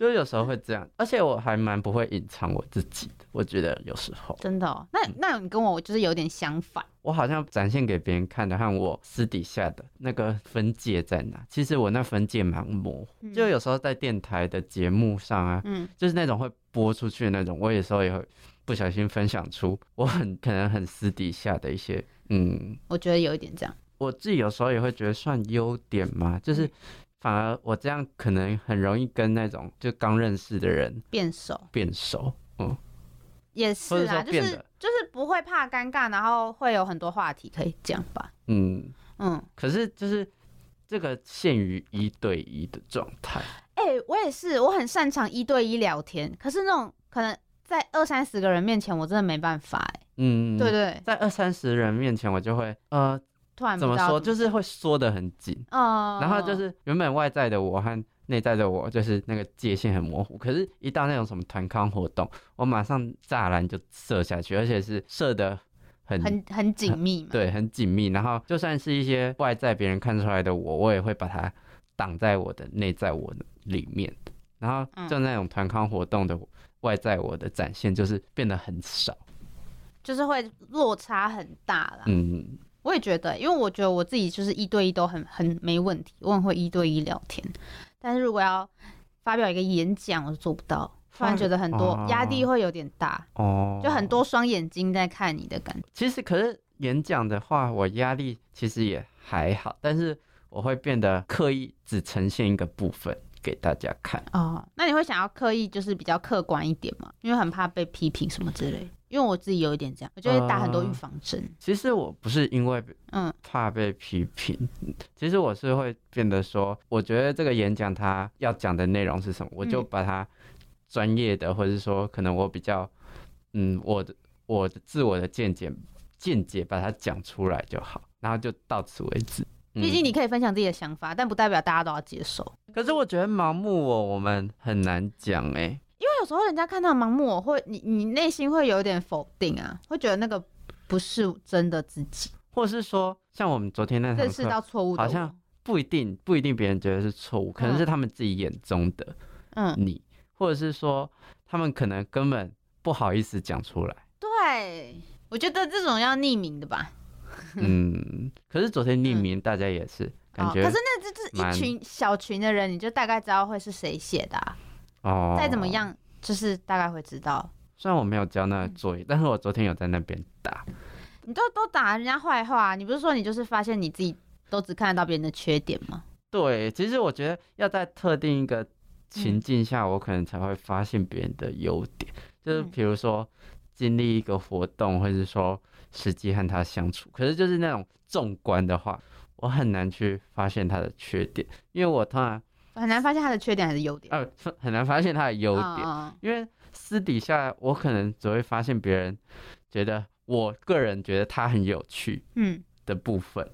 就是有时候会这样，而且我还蛮不会隐藏我自己的，我觉得有时候真的、哦？那嗯那你跟我就是有点相反，我好像展现给别人看的和我私底下的那个分界在哪，其实我那分界蛮模糊，就有时候在电台的节目上啊，嗯，就是那种会播出去的那种，我有时候也会不小心分享出我很可能很私底下的一些，嗯，我觉得有一点这样，我自己有时候也会觉得算优点嘛，嗯就是反而我这样可能很容易跟那种就刚认识的人变熟变熟，也是或者啦，说就是变得就是不会怕尴尬，然后会有很多话题可以讲吧，嗯，嗯。可是就是这个限于一对一的状态，哎、我也是，我很擅长一对一聊天，可是那种可能在二三十个人面前，我真的没办法、哎、嗯，对对，在二三十人面前，我就会呃，突然不怎么知道说，就是会缩得很紧，嗯，然后就是原本外在的我和内在的我，就是那个界限很模糊。可是，一到那种什么团康活动，我马上栅栏就射下去，而且是射的很很很紧密嘛，对，很紧密。然后，就算是一些外在别人看出来的我，我也会把它挡在我的内在我的里面。然后，嗯就那种团康活动的外在我的展现，就是变得很少。就是会落差很大啦。嗯，我也觉得、因为我觉得我自己就是一对一都很很没问题，我很会一对一聊天，但是如果要发表一个演讲，我是做不到，突然觉得很多哦压力会有点大，哦，就很多双眼睛在看你的感觉。其实，可是演讲的话，我压力其实也还好，但是我会变得刻意只呈现一个部分给大家看。哦，那你会想要刻意就是比较客观一点嘛？因为很怕被批评什么之类的。因为我自己有一点这样，我就会打很多呃预防针。其实我不是因为嗯，怕被批评， <laughs> 其实我是会变得说，我觉得这个演讲它要讲的内容是什么，我就嗯把它专业的，或者是说可能我比较，嗯，我的我的自我的见解见解把它讲出来就好，然后就到此为止。嗯毕竟你可以分享自己的想法，但不代表大家都要接受。可是我觉得盲目我我们很难讲哎、因为有时候人家看到盲目，我会你你内心会有一点否定啊，会觉得那个不是真的自己，或是说，像我们昨天那堂认识课，到错误的我。好像不一定不一定别人觉得是错误，可能是他们自己眼中的嗯，你，或者是说他们可能根本不好意思讲出 <laughs> 来。对，我觉得这种要匿名的吧。嗯，可是昨天匿名大家也是感觉哦可是那这这蛮一群小群的人，你就大概知道会是谁写的、啊，哦，再怎么，样嗯就是大概会知道。虽然我没有交那个作业，但是我昨天有在那边打。你都都打人家坏话，啊你不是说你就是发现你自己都只看得到别人的缺点吗？对，其实我觉得要在特定一个嗯情境下，我可能才会发现别人的优点，就是嗯比如说经历一个活动，或者是说实际和他相处。可是就是那种纵观的话，我很难去发现他的缺点，因为我通常很难发现他的缺点还是优点。呃很难发现他的呃优点，嗯因为私底下我可能只会发现别人觉得我个人觉得他很有趣，嗯，嗯的部分，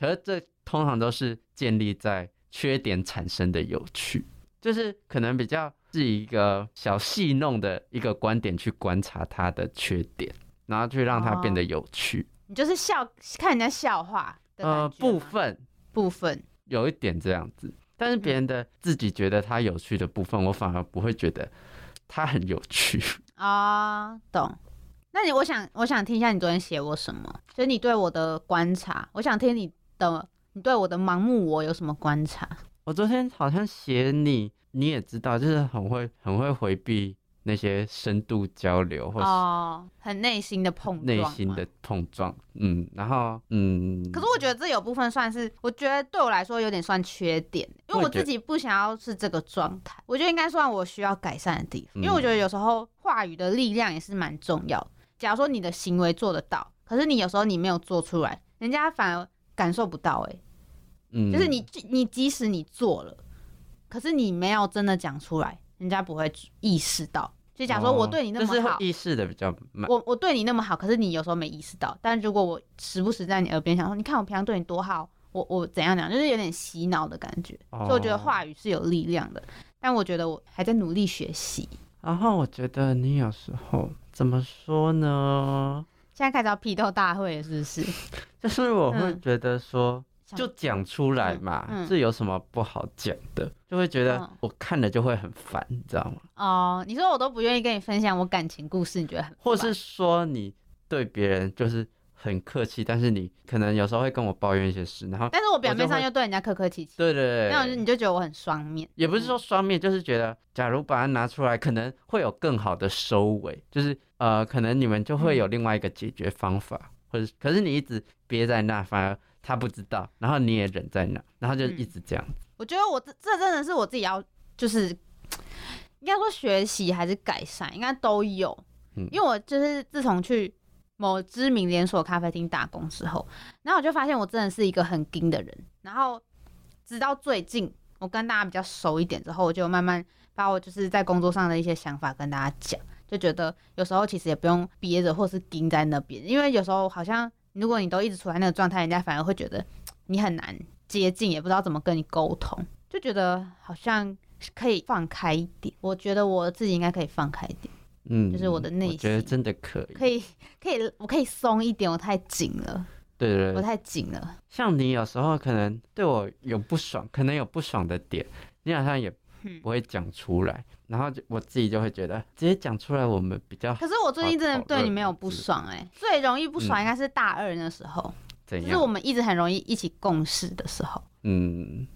可是这通常都是建立在缺点产生的有趣，就是可能比较是一个小戏弄的一个观点去观察它的缺点，然后去让它变得有趣。你就是笑看人家笑话哦的感觉呃，吗部分部分，有一点这样子，但是嗯别人的自己觉得它有趣的部分，我反而不会觉得它很有趣。啊、懂。那你，我想，我想听一下你昨天写我什么，就是你对我的观察。我想听你的，你对我的盲目我有什么观察？我昨天好像写你，你也知道，就是很会很会回避那些深度交流或是哦，很内心的碰撞内吗，心的碰撞，嗯，然后嗯，可是我觉得这有部分算是，我觉得对我来说有点算缺点，因为我我也觉自得己不想要是这个状态，我觉得应该算我需要改善的地方，嗯因为我觉得有时候话语的力量也是蛮重要的。假如说你的行为做得到，可是你有时候你没有做出来，人家反而感受不到、欸，嗯，就是你你即使你做了，可是你没有真的讲出来，人家不会意识到。就假如说我对你那哦就么是会好，意识的比较慢，我我对你那么好，可是你有时候没意识到。但如果我时不时在你耳边想说，你看我平常对你多好，我我怎样怎样，就是有点洗脑的感觉。所以我觉得哦话语是有力量的。但我觉得我还在努力学习。然后我觉得你有时候怎么说呢？现在开始要批斗大会了，是不是？就是我会嗯觉得说，想 <laughs> 就讲出来嘛，嗯嗯这有什么不好讲的？就会觉得嗯我看了就会很烦，你知道吗？哦，你说我都不愿意跟你分享我感情故事，你觉得很或烦是说你对别人就是很客气，但是你可能有时候会跟我抱怨一些事，然后但是我表面我就上会又对人家客客气气，对对那我就对，你就觉得我很双面。也不是说双面，就是觉得假如把它拿出来，可能会有更好的收尾，就是呃，可能你们就会有另外一个解决方法，或者可是你一直憋在那，反而他不知道，然后你也忍在那，然后就一嗯直这样。我觉得我这这真的是我自己要，就是应该说学习还是改善，应该都有。嗯因为我就是自从去某知名连锁咖啡厅打工之后，然后我就发现我真的是一个很硬的人。然后直到最近，我跟大家比较熟一点之后，我就慢慢把我就是在工作上的一些想法跟大家讲，就觉得有时候其实也不用憋着或是盯在那边，因为有时候好像如果你都一直处在那个状态，人家反而会觉得你很难接近，也不知道怎么跟你沟通，就觉得好像可以放开一点。我觉得我自己应该可以放开一点，嗯，就是我的内我觉得心真的可以，可以可以，我可以松一点，我太紧了，对对我对，太紧了。像你有时候可能对我有不爽，可能有不爽的点，你好像也嗯不会讲出来，然后就我自己就会觉得直接讲出来我们比较可是我最近真的对你没有不是嗯爽哎、最容易不爽应该是大二那时候，怎就是我样，们一直很容易一起共事的时候。嗯，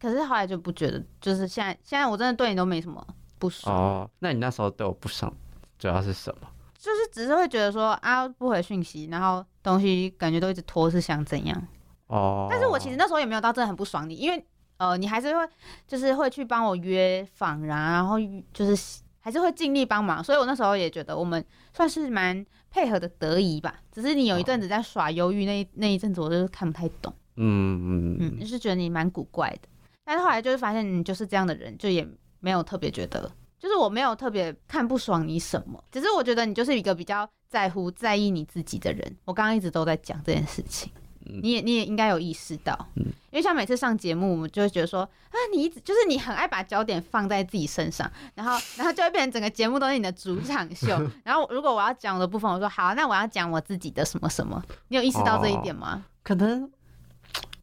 可是后来就不觉得，就是现在现在我真的对你都没什么不爽，哦，那你那时候对我不爽主要是什么？就是只是会觉得说啊不回讯息，然后东西感觉都一直拖是想怎样。哦，但是我其实那时候也没有到真的很不爽你，因为呃，你还是会就是会去帮我约访然啊，然后就是还是会尽力帮忙，所以我那时候也觉得我们算是蛮配合的得宜吧。只是你有一阵子在耍忧郁那一那一阵子，我就是看不太懂，嗯嗯嗯，就是觉得你蛮古怪的。但是后来就是发现你就是这样的人，就也没有特别觉得，就是我没有特别看不爽你什么，只是我觉得你就是一个比较在乎在意你自己的人。我刚刚一直都在讲这件事情。嗯你也你也应该有意识到，因为像每次上节目，我们就会觉得说啊，你一直就是你很爱把焦点放在自己身上，然后然后就会变成整个节目都是你的主场秀。 <laughs> 然后如果我要讲我的部分，我说好，啊那我要讲我自己的什么什么，你有意识到这一点吗？可能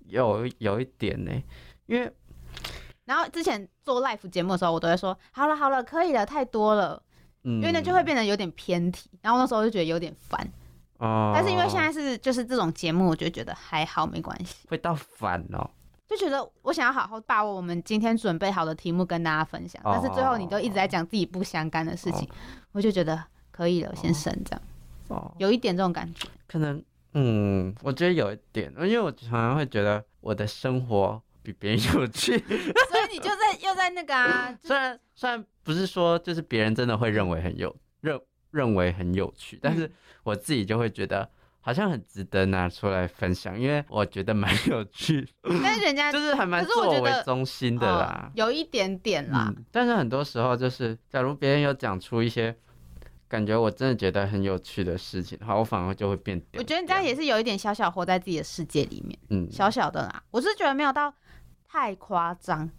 有有一点呢，因为然后之前做 l i f e 节目的时候，我都会说好了好了，可以了，太多了，嗯，因为那就会变得有点偏题。然后那时候就觉得有点烦，哦，但是因为现在是就是这种节目，我就觉得还好，没关系。会到烦哦，就觉得我想要好好把握我们今天准备好的题目跟大家分享，哦但是最后你都一直在讲自己不相干的事情，我就觉得可以了，先生这样，哦，有一点这种感觉。可能，嗯，我觉得有一点，因为我常常会觉得我的生活比别人有趣，所以你就在又在那个 <laughs> 啊，就虽然虽然不是说就是别人真的会认为很有认认为很有趣，但嗯是我自己就会觉得好像很值得拿出来分享，因为我觉得蛮有趣， <laughs> 但是人家嗯就是还蛮可是我做觉为得中心的啦哦。有一点点啦，嗯，但是很多时候就是，假如别人有讲出一些感觉我真的觉得很有趣的事情，好，我反而就会变掉。我觉得你这样也是有一点小小活在自己的世界里面，嗯，小小的啦，我是觉得没有到太夸张，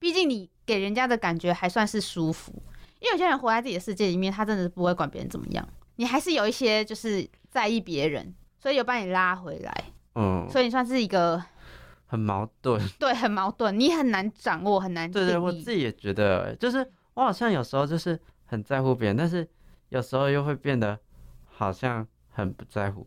毕竟你给人家的感觉还算是舒服，因为有些人活在自己的世界里面，他真的是不会管别人怎么样，你还是有一些就是在意别人，所以有把你拉回来，嗯，所以你算是一个 <laughs> 很矛盾。对很矛盾，你很难掌握，很难定对义。对，我自己也觉得，就是我好像有时候就是很在乎别人，但是有时候又会变得好像很不在乎。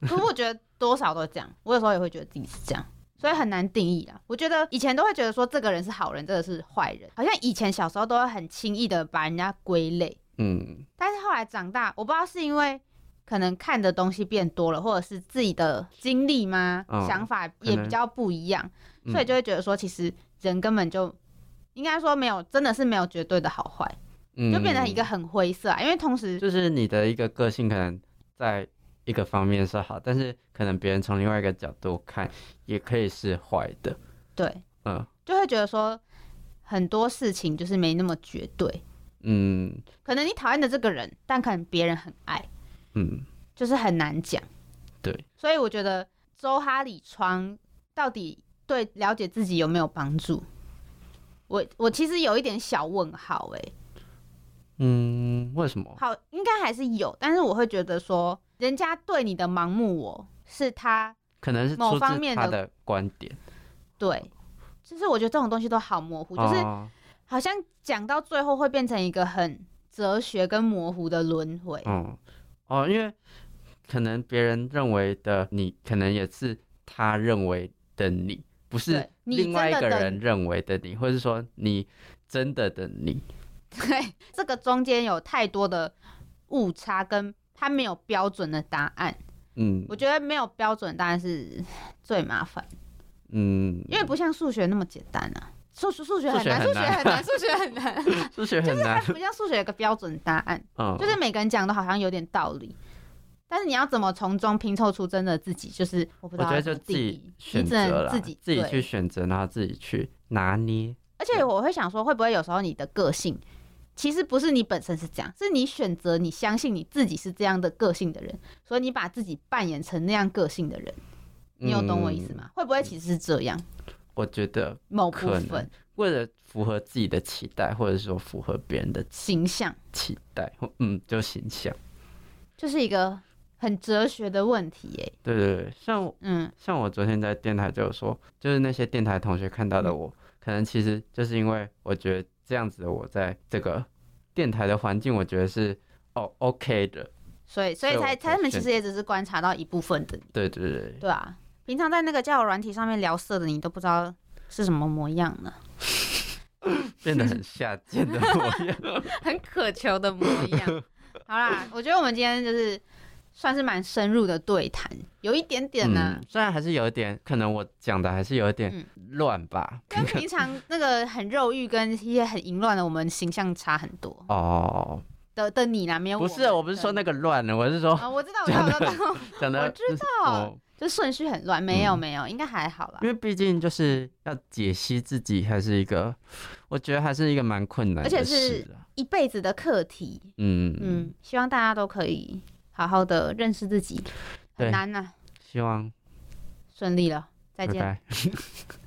可是我觉得多少都这样，我有时候也会觉得自己是这样，所以很难定义啊。我觉得以前都会觉得说这个人是好人，这个是坏人，好像以前小时候都会很轻易的把人家归类，嗯，但是后来长大，我不知道是因为可能看的东西变多了，或者是自己的经历吗？嗯想法也可能比较不一样，嗯所以就会觉得说，其实人根本就应该说没有，真的是没有绝对的好坏，就就变成一个，很灰色、啊。因为同时嗯就是你的一个个性可能在一个方面是好，但是可能别人从另外一个角度看也可以是坏的。对，嗯就会觉得说很多事情就是没那么绝对，嗯可能你讨厌的这个人，但可能别人很爱，嗯，就是很难讲。对，所以我觉得周哈里窗到底对了解自己有没有帮助？我我其实有一点小问号哎、嗯，为什么？好，应该还是有，但是我会觉得说，人家对你的盲目我是他可能是某出方自面他的的观点，对，就是我觉得这种东西都好模糊，就是哦好像讲到最后会变成一个很哲学跟模糊的轮回。嗯，哦，因为可能别人认为的你，可能也是他认为的你，不是对你另外一真个的的人认为的你，或者说你真的的你。对， <laughs> 这个中间有太多的误差，跟他没有标准的答案。嗯我觉得没有标准的答案是最麻烦，嗯，因为不像数学那么简单啊。数数数学很难，数数学学很很难，数学 <laughs> 很难， <laughs> 数学很难，不像数学有个标准答案。嗯，就是每个人讲的好像有点道理，但是你要怎么从中拼凑出真的自己，就是我不我知道觉要得怎就么自定己义，选你只择能啦，自己自己对去选择，然后自己去拿捏。而且我会想说，会不会有时候你的个性其实不是你本身是这样，是你选择你相信你自己是这样的个性的人，所以你把自己扮演成那样个性的人，你有懂我意思嗯？吗？会不会其实是这样我觉得某部可能分为了符合自己的期待，或者说符合别人的形象，期待，或嗯，就形象。就是一个很哲学的问题耶、对对对，像我嗯，像我昨天在电台就有说，就是那些电台同学看嗯到的我，可能其实就是因为我觉得这样子的我在这个电台的环境，我觉得是哦 OK 的。所以所以所以才我才他们选其实也只是观察到一部分的你。对对对，对啊，平常在那个交友软体上面聊色的，你都不知道是什么模样呢，变得很下贱的 <laughs> 模样。很渴求的模 <laughs> 样。好啦，我觉得我们今天就是算是蛮深入的对谈，有一点点呢、嗯，虽然还是有一点，可能我讲的还是有一点嗯乱吧。跟平常那个很肉欲跟一些很淫乱的我们形象差很多哦，的的你啦，没有不是，我不是说那个乱的，我是说啊、我知道，我知道，我知道我知道， <laughs> 讲的，我知道哦就顺序很乱，没有嗯没有，应该还好啦因。为毕竟就是要解析自己，还是一个，我觉得还是一个蛮困难而且的是事啊。一辈子的课题，嗯嗯，嗯，希望大家都可以好好的认识自己，对很难呐、希望顺利了，再拜见。拜。